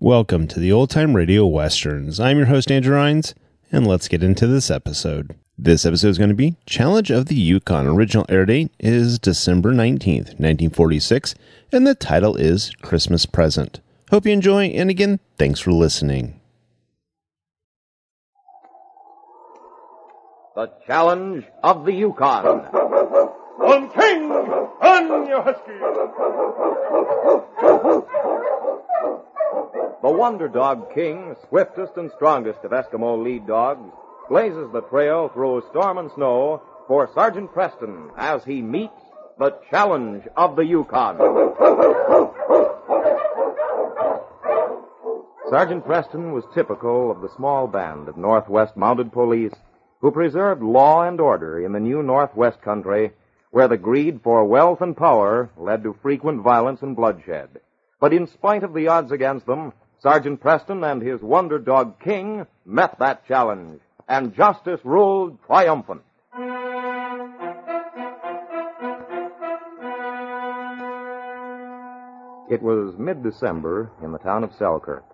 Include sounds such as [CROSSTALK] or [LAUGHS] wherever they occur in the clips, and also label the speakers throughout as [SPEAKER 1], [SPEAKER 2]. [SPEAKER 1] Welcome to the Old Time Radio Westerns. I'm your host, Andrew Rhines, and let's get into this episode. This episode is going to be Challenge of the Yukon. Original air date is December 19th, 1946, and the title is Christmas Present. Hope you enjoy, and again, thanks for listening.
[SPEAKER 2] The challenge of the Yukon.
[SPEAKER 3] On King! On your huskies!
[SPEAKER 2] The wonder dog king, swiftest and strongest of Eskimo lead dogs, blazes the trail through storm and snow for Sergeant Preston as he meets the challenge of the Yukon. Sergeant Preston was typical of the small band of Northwest Mounted Police who preserved law and order in the new Northwest country where the greed for wealth and power led to frequent violence and bloodshed. But in spite of the odds against them, Sergeant Preston and his wonder dog King met that challenge, and justice ruled triumphant. It was mid-December in the town of Selkirk.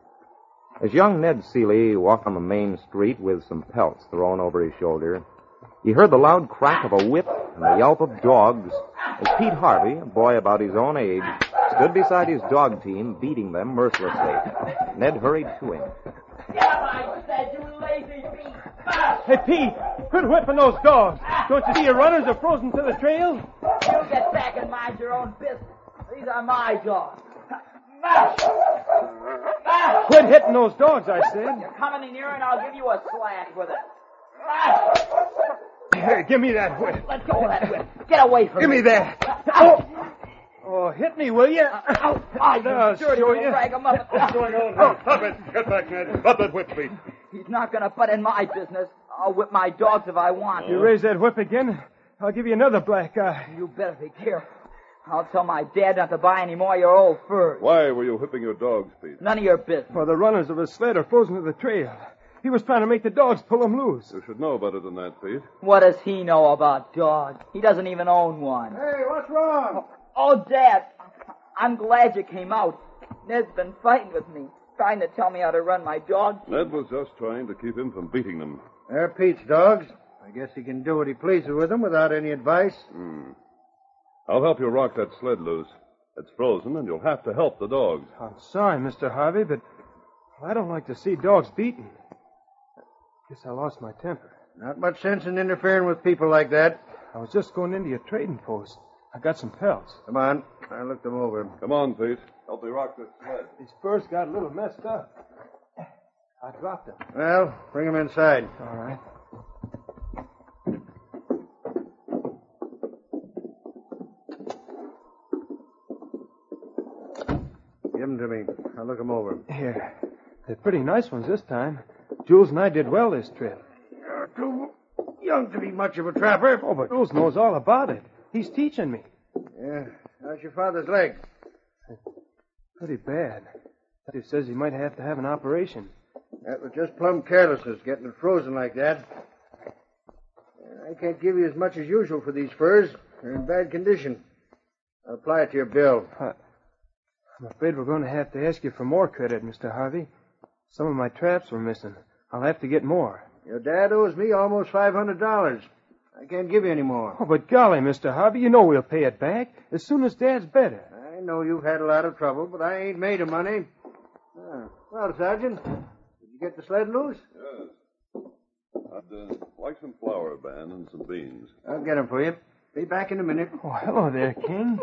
[SPEAKER 2] As young Ned Seeley walked on the main street with some pelts thrown over his shoulder, he heard the loud crack of a whip and the yelp of dogs as Pete Harvey, a boy about his own age, stood beside his dog team, beating them mercilessly. Ned hurried to him.
[SPEAKER 4] Yeah, I said you lazy beast.
[SPEAKER 3] Hey, Pete, quit whipping those dogs. Don't you see your runners are frozen to the trail?
[SPEAKER 4] You get back and mind your own business. These are my dogs.
[SPEAKER 3] Quit hitting those dogs, I said.
[SPEAKER 4] You're coming in here and I'll give you a slash with it.
[SPEAKER 3] Here, give me that whip.
[SPEAKER 4] Let go of that whip. Get away from
[SPEAKER 3] Give me
[SPEAKER 4] me.
[SPEAKER 3] that. Oh, oh hit me, will you?
[SPEAKER 4] Ow! Ah, you
[SPEAKER 3] I'll
[SPEAKER 4] dirty
[SPEAKER 3] show
[SPEAKER 4] little
[SPEAKER 3] you.
[SPEAKER 4] ragamuffin.
[SPEAKER 3] on Stop it. Get back, Ned. Drop that whip, please.
[SPEAKER 4] Oh. He's not gonna butt in my business. I'll whip my dogs if I want.
[SPEAKER 3] You raise that whip again, I'll give you another black eye.
[SPEAKER 4] You better be careful. I'll tell my dad not to buy any more of your old furs.
[SPEAKER 5] Why were you whipping your dogs, Pete?
[SPEAKER 4] None of your business.
[SPEAKER 3] Well, the runners of his sled are frozen to the trail. He was trying to make the dogs pull him loose.
[SPEAKER 5] You should know better than that, Pete.
[SPEAKER 4] What does he know about dogs? He doesn't even own one.
[SPEAKER 3] Hey, what's wrong?
[SPEAKER 4] Oh, Dad, I'm glad you came out. Ned's been fighting with me, trying to tell me how to run my dog.
[SPEAKER 5] Ned was just trying to keep him from beating them.
[SPEAKER 6] They're Pete's dogs. I guess he can do what he pleases with them without any advice.
[SPEAKER 5] I'll help you rock that sled loose. It's frozen, and you'll have to help the dogs.
[SPEAKER 3] I'm sorry, Mr. Harvey, but I don't like to see dogs beaten. Guess I lost my temper.
[SPEAKER 6] Not much sense in interfering with people like that.
[SPEAKER 3] I was just going into your trading post. I got some pelts.
[SPEAKER 6] Come on. I looked them over.
[SPEAKER 5] Come on, Pete. Help me rock this sled.
[SPEAKER 3] His furs got a little messed up. I dropped them.
[SPEAKER 6] Well, bring them inside.
[SPEAKER 3] All right.
[SPEAKER 6] Give them to me. I'll look them over.
[SPEAKER 3] Here. They're pretty nice ones this time. Jules and I did well this trip.
[SPEAKER 6] You're too young to be much of a trapper.
[SPEAKER 3] Oh, but Jules knows all about it. He's teaching me.
[SPEAKER 6] Yeah. How's your father's leg?
[SPEAKER 3] Pretty bad. He says he might have to have an operation.
[SPEAKER 6] That was just plumb carelessness, getting it frozen like that. I can't give you as much as usual for these furs. They're in bad condition. I'll apply it to your bill.
[SPEAKER 3] I'm afraid we're going to have to ask you for more credit, Mr. Harvey. Some of my traps were missing. I'll have to get more.
[SPEAKER 6] Your dad owes me almost $500. I can't give you any more.
[SPEAKER 3] Oh, but golly, Mr. Harvey, you know we'll pay it back as soon as Dad's better.
[SPEAKER 6] I know you've had a lot of trouble, but I ain't made of money. Ah, well, Sergeant, did you get the sled loose?
[SPEAKER 5] Yes. I'd uh, like some flour, Ban, and some beans.
[SPEAKER 6] I'll get 'em for you. Be back in a minute.
[SPEAKER 3] Oh, hello there, King.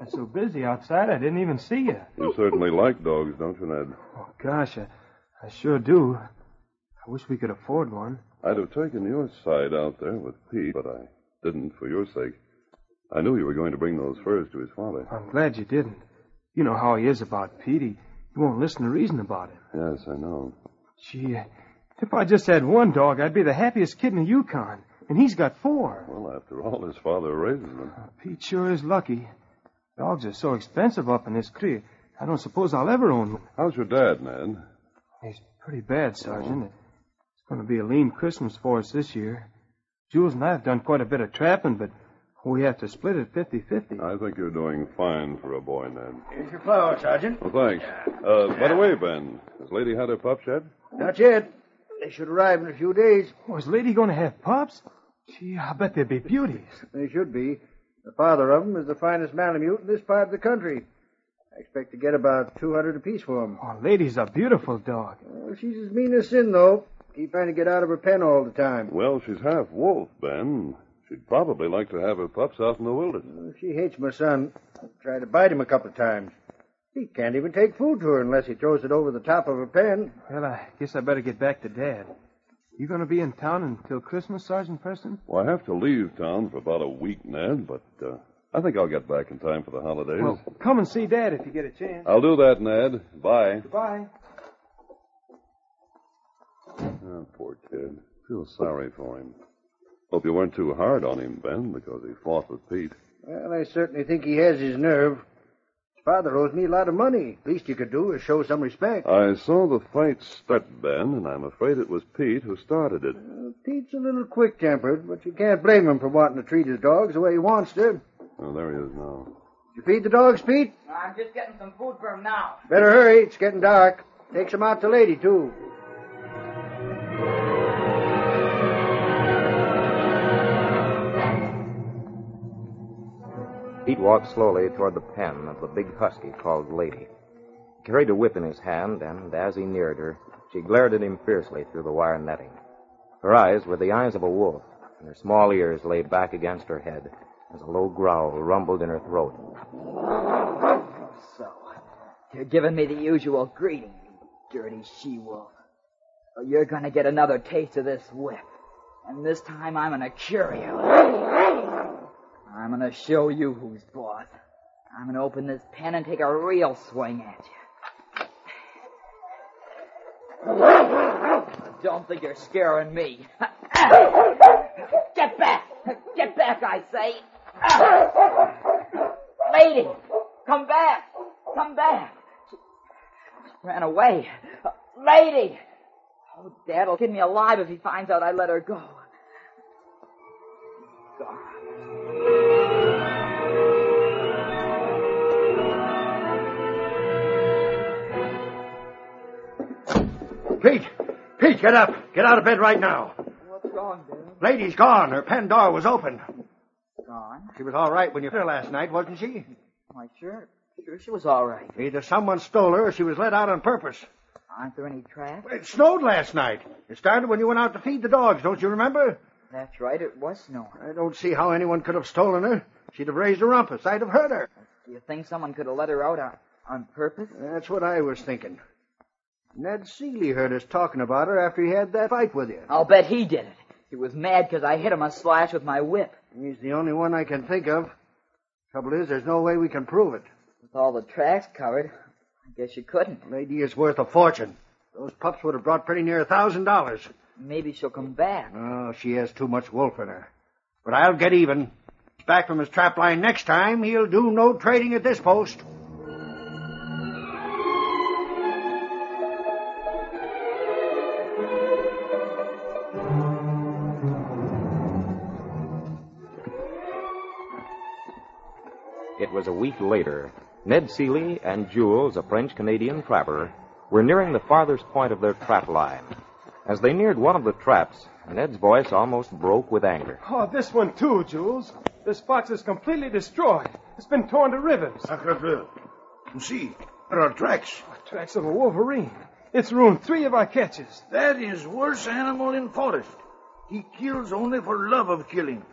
[SPEAKER 3] I'm so busy outside I didn't even see you.
[SPEAKER 5] You certainly like dogs, don't you, Ned?
[SPEAKER 3] Oh, gosh, I, I sure do. I wish we could afford one.
[SPEAKER 5] I'd have taken your side out there with Pete, but I didn't for your sake. I knew you were going to bring those furs to his father.
[SPEAKER 3] I'm glad you didn't. You know how he is about Pete. He, he won't listen to reason about him.
[SPEAKER 5] Yes, I know.
[SPEAKER 3] Gee, if I just had one dog, I'd be the happiest kid in the Yukon. And he's got four.
[SPEAKER 5] Well, after all, his father raises them.
[SPEAKER 3] Pete sure is lucky. Dogs are so expensive up in this creek. I don't suppose I'll ever own one.
[SPEAKER 5] How's your dad, Ned?
[SPEAKER 3] He's pretty bad, Sergeant. It's going to be a lean Christmas for us this year. Jules and I have done quite a bit of trapping, but We have to split it 50-50.
[SPEAKER 5] I think you're doing fine for a boy, Ned.
[SPEAKER 6] Here's your flower, Sergeant.
[SPEAKER 5] Well, thanks. Uh, by the way, Ben, has Lady had her pups yet?
[SPEAKER 6] Not yet. They should arrive in a few days.
[SPEAKER 3] Oh, is Lady going to have pups? Gee, I bet they'd be beauties.
[SPEAKER 6] They should be. The father of 'em is the finest Malamute in this part of the country. I expect to get about 200 apiece for 'em.
[SPEAKER 3] Oh, Lady's a beautiful dog.
[SPEAKER 6] Well, she's as mean as sin, though. Keep trying to get out of her pen all the time.
[SPEAKER 5] Well, she's half wolf, Ben. She'd probably like to have her pups out in the wilderness.
[SPEAKER 6] She hates my son. Tried to bite him a couple of times. He can't even take food to her unless he throws it over the top of her pen.
[SPEAKER 3] Well, I guess I better get back to Dad. You going to be in town until Christmas, Sergeant Preston?
[SPEAKER 5] Well, I have to leave town for about a week, Ned, but uh, I think I'll get back in time for the holidays.
[SPEAKER 3] Well, come and see Dad if you get a chance.
[SPEAKER 5] I'll do that, Ned. Bye.
[SPEAKER 3] Goodbye.
[SPEAKER 5] Oh, poor kid. Feel sorry for him. Hope you weren't too hard on him, Ben, because he fought with Pete.
[SPEAKER 6] Well, I certainly think he has his nerve. His father owes me a lot of money. Least you could do is show some respect.
[SPEAKER 5] I saw the fight start, Ben, and I'm afraid it was Pete who started it.
[SPEAKER 6] Pete's a little quick tempered, but you can't blame him for wanting to treat his dogs the way he wants to.
[SPEAKER 5] Oh, there he is now.
[SPEAKER 6] You feed the dogs, Pete?
[SPEAKER 4] I'm just getting some food for him now.
[SPEAKER 6] Better hurry. It's getting dark. Take some out to Lady, too.
[SPEAKER 2] Pete walked slowly toward the pen of the big husky called Lady. He carried a whip in his hand, and as he neared her, she glared at him fiercely through the wire netting. Her eyes were the eyes of a wolf, and her small ears lay back against her head as a low growl rumbled in her throat.
[SPEAKER 4] So, you're giving me the usual greeting, you dirty she-wolf. Well, you're gonna get another taste of this whip. And this time I'm gonna cure you. I'm gonna show you who's boss. I'm gonna open this pen and take a real swing at you. Don't think you're scaring me. [LAUGHS] Get back! Get back, I say! Lady! Come back! Come back! Ran away. Lady! Oh, Dad'll get me alive if he finds out I let her go. Gone.
[SPEAKER 6] Pete! Pete, get up! Get out of bed right now!
[SPEAKER 4] What's wrong, Dad?
[SPEAKER 6] Lady's gone. Her pen door was open.
[SPEAKER 4] Gone?
[SPEAKER 6] She was all right when you put her last night, wasn't she?
[SPEAKER 4] Why, sure. Sure she was all right.
[SPEAKER 6] Either someone stole her or she was let out on purpose.
[SPEAKER 4] Aren't there any tracks?
[SPEAKER 6] It snowed last night. It started when you went out to feed the dogs, don't you remember?
[SPEAKER 4] That's right, it was snowing.
[SPEAKER 6] I don't see how anyone could have stolen her. She'd have raised a rumpus. I'd have hurt her.
[SPEAKER 4] Do you think someone could have let her out on, on purpose?
[SPEAKER 6] That's what I was thinking. Ned Seeley heard us talking about her after he had that fight with you.
[SPEAKER 4] I'll bet he did it. He was mad because I hit him a slash with my whip.
[SPEAKER 6] He's the only one I can think of. Trouble is, there's no way we can prove it.
[SPEAKER 4] With all the tracks covered, I guess you couldn't.
[SPEAKER 6] Lady is worth a fortune. Those pups would have brought pretty near a thousand dollars.
[SPEAKER 4] Maybe she'll come back.
[SPEAKER 6] Oh, she has too much wolf in her. But I'll get even. He's back from his trap line next time. He'll do no trading at this post.
[SPEAKER 2] It was a week later. Ned Seeley and Jules, a French Canadian trapper, were nearing the farthest point of their trap line. As they neared one of the traps, Ned's voice almost broke with anger.
[SPEAKER 3] Oh, this one too, Jules. This box is completely destroyed. It's been torn to ribbons.
[SPEAKER 7] You see, there are tracks.
[SPEAKER 3] Tracks of a wolverine. It's ruined three of our catches.
[SPEAKER 7] That is worst animal in forest. He kills only for love of killing.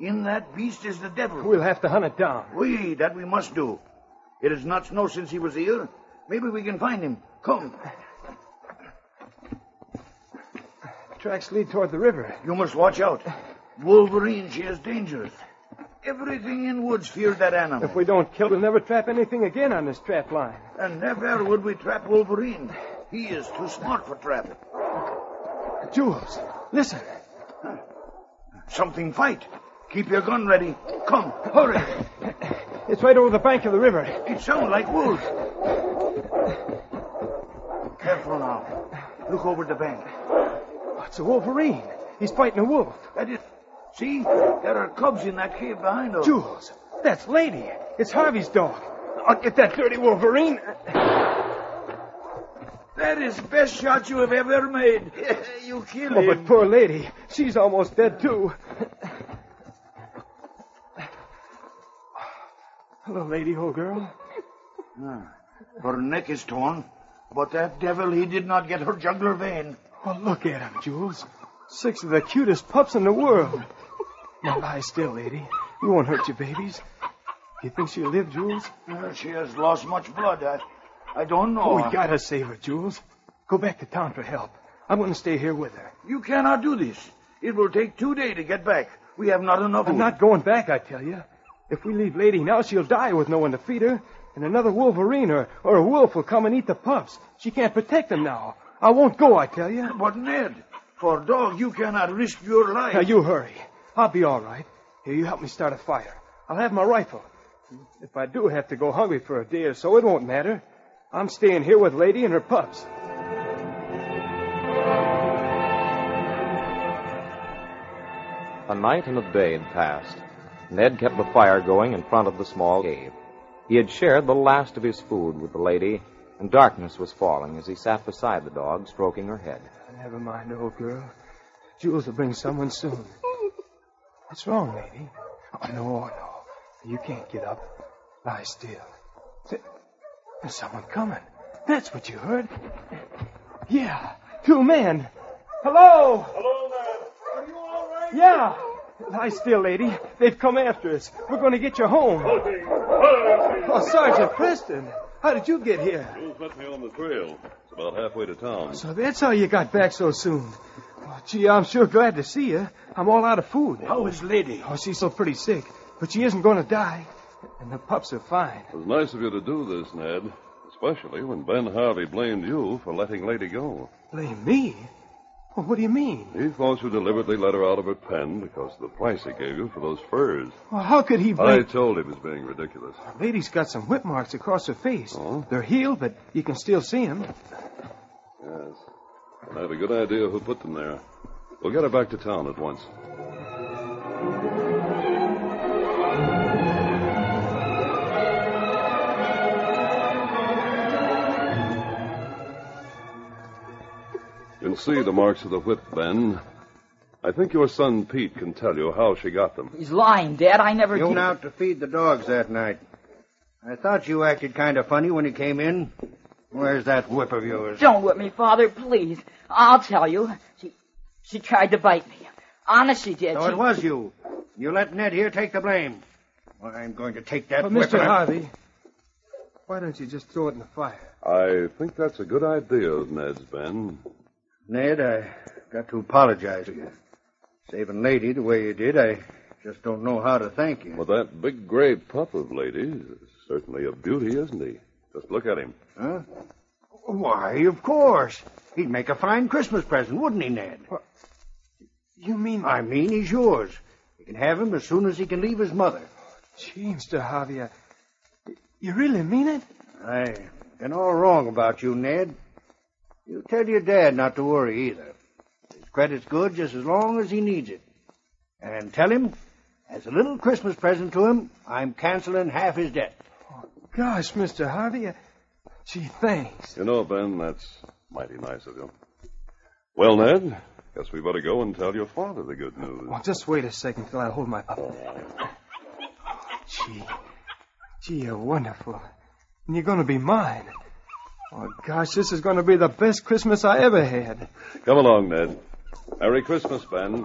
[SPEAKER 7] In that beast is the devil.
[SPEAKER 3] We'll have to hunt it down.
[SPEAKER 7] Oui, that we must do. It is not snow since he was here. Maybe we can find him. Come,
[SPEAKER 3] Tracks lead toward the river.
[SPEAKER 7] you must watch out. Wolverine, she is dangerous. Everything in woods fear that animal.
[SPEAKER 3] If we don't kill, we'll never trap anything again on this trap line.
[SPEAKER 7] And never would we trap Wolverine. He is too smart for trap.
[SPEAKER 3] Jules, listen.
[SPEAKER 7] Something fight. Keep your gun ready. Come, hurry.
[SPEAKER 3] It's right over the bank of the river.
[SPEAKER 7] It sounds like wolves. Careful now. Look over the bank.
[SPEAKER 3] Oh, it's a wolverine. He's fighting a wolf.
[SPEAKER 7] That is See? There are cubs in that cave behind us.
[SPEAKER 3] Jules, that's Lady. It's Harvey's dog. I'll get that dirty Wolverine.
[SPEAKER 7] That is best shot you have ever
[SPEAKER 3] [LAUGHS]
[SPEAKER 7] made. you killed
[SPEAKER 3] Oh,
[SPEAKER 7] him.
[SPEAKER 3] but poor lady. She's almost dead, too. Hello, lady, old girl.
[SPEAKER 7] Her neck is torn, but that devil, he did not get her jugular vein.
[SPEAKER 3] Well, look at him, Jules. Six of the cutest pups in the world. Now lie still, lady. We won't hurt your babies. You think she'll live, Jules?
[SPEAKER 7] Uh, She has lost much blood. I, I don't know.
[SPEAKER 3] Oh, we gotta save her, Jules. Go back to town for help. I'm gonna stay here with her.
[SPEAKER 7] You cannot do this. It will take two days to get back. We have not enough
[SPEAKER 3] I'm
[SPEAKER 7] food.
[SPEAKER 3] not going back, I tell you. If we leave Lady now, she'll die with no one to feed her, and another wolverine or, or a wolf will come and eat the pups. She can't protect them now. I won't go, I tell you.
[SPEAKER 7] But Ned, for dog, you cannot risk your life.
[SPEAKER 3] Now you hurry. I'll be all right. Here, you help me start a fire. I'll have my rifle. If I do have to go hungry for a day or so, it won't matter. I'm staying here with Lady and her pups.
[SPEAKER 2] A night and a day had passed. Ned kept the fire going in front of the small cave. He had shared the last of his food with the lady, and darkness was falling as he sat beside the dog, stroking her head.
[SPEAKER 3] Never mind, old girl. Jules will bring someone soon. What's wrong, lady? Oh, no, oh, no. You can't get up. Lie still. Th- There's someone coming. That's what you heard. Yeah, two men. Hello? Hello, man. Are you all right? Yeah. Lie still, lady. They've come after us. We're going to get you home. Oh, Sergeant Preston. How did you get here?
[SPEAKER 5] Jules met me on the trail. It's about halfway to town.
[SPEAKER 3] So that's how you got back so soon. Oh, gee, I'm sure glad to see you. I'm all out of food.
[SPEAKER 7] How is lady?
[SPEAKER 3] Oh, she's so pretty sick, but she isn't going to die. And the pups are fine.
[SPEAKER 5] It was nice of you to do this, Ned. Especially when Ben Harvey blamed you for letting Lady go.
[SPEAKER 3] Blame me? Well, what do you mean?
[SPEAKER 5] He thought you deliberately let her out of her pen because of the price he gave you for those furs.
[SPEAKER 3] Well, how could he
[SPEAKER 5] I
[SPEAKER 3] blame...
[SPEAKER 5] told him he was being ridiculous.
[SPEAKER 3] Lady's got some whip marks across her face.
[SPEAKER 5] Oh?
[SPEAKER 3] They're healed, but you can still see them.
[SPEAKER 5] Yes. And I have a good idea who put them there. We'll get her back to town at once. You can see the marks of the whip, Ben. I think your son Pete can tell you how she got them.
[SPEAKER 4] He's lying, Dad. I never
[SPEAKER 6] You
[SPEAKER 4] did.
[SPEAKER 6] went out to feed the dogs that night. I thought you acted kind of funny when you came in. Where's that whip of yours?
[SPEAKER 4] Don't whip me, Father, please. I'll tell you. She, she tried to bite me. Honest, she did.
[SPEAKER 6] So
[SPEAKER 4] She-
[SPEAKER 6] Oh, it was you. You let Ned here take the blame. Well, I'm going to take that
[SPEAKER 3] But
[SPEAKER 6] whip.
[SPEAKER 3] Mr.
[SPEAKER 6] and I-
[SPEAKER 3] Harvey, why don't you just throw it in the fire?
[SPEAKER 5] I think that's a good idea of Ned's, Ben.
[SPEAKER 6] Ned, I got to apologize to you. Saving Lady the way you did, I just don't know how to thank you.
[SPEAKER 5] But that big gray pup of ladies is certainly a beauty, isn't he? Just look at him.
[SPEAKER 6] Huh? Why, of course. He'd make a fine Christmas present, wouldn't he, Ned?
[SPEAKER 3] You mean...
[SPEAKER 6] I mean, he's yours. You can have him as soon as he can leave his mother.
[SPEAKER 3] Gee, Mr. Harvey, I... you really mean it?
[SPEAKER 6] I been all wrong about you, Ned. You tell your dad not to worry either. His credit's good just as long as he needs it. And tell him, as a little Christmas present to him, I'm canceling half his debt.
[SPEAKER 3] Gosh, Mr. Harvey, I... gee, thanks.
[SPEAKER 5] You know, Ben, that's mighty nice of you. Well, Ned, guess we better go and tell your father the good news.
[SPEAKER 3] Well, just wait a second till I hold my up. Gee. Gee, you're wonderful. And you're going to be mine. Oh, gosh, this is going to be the best Christmas I ever had.
[SPEAKER 5] Come along, Ned. Merry Christmas, Ben.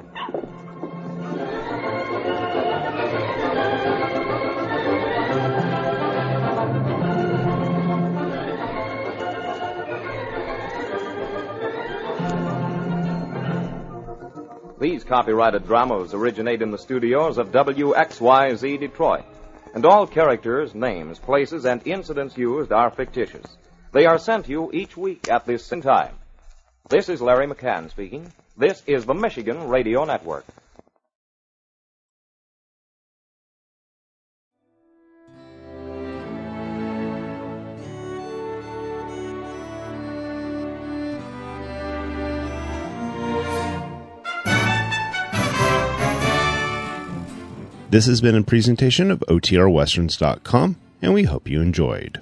[SPEAKER 2] These copyrighted dramas originate in the studios of WXYZ Detroit, and all characters, names, places, and incidents used are fictitious. They are sent to you each week at this same time. This is Larry McCann speaking. This is the Michigan Radio Network.
[SPEAKER 1] This has been a presentation of OTRWesterns.com, and we hope you enjoyed.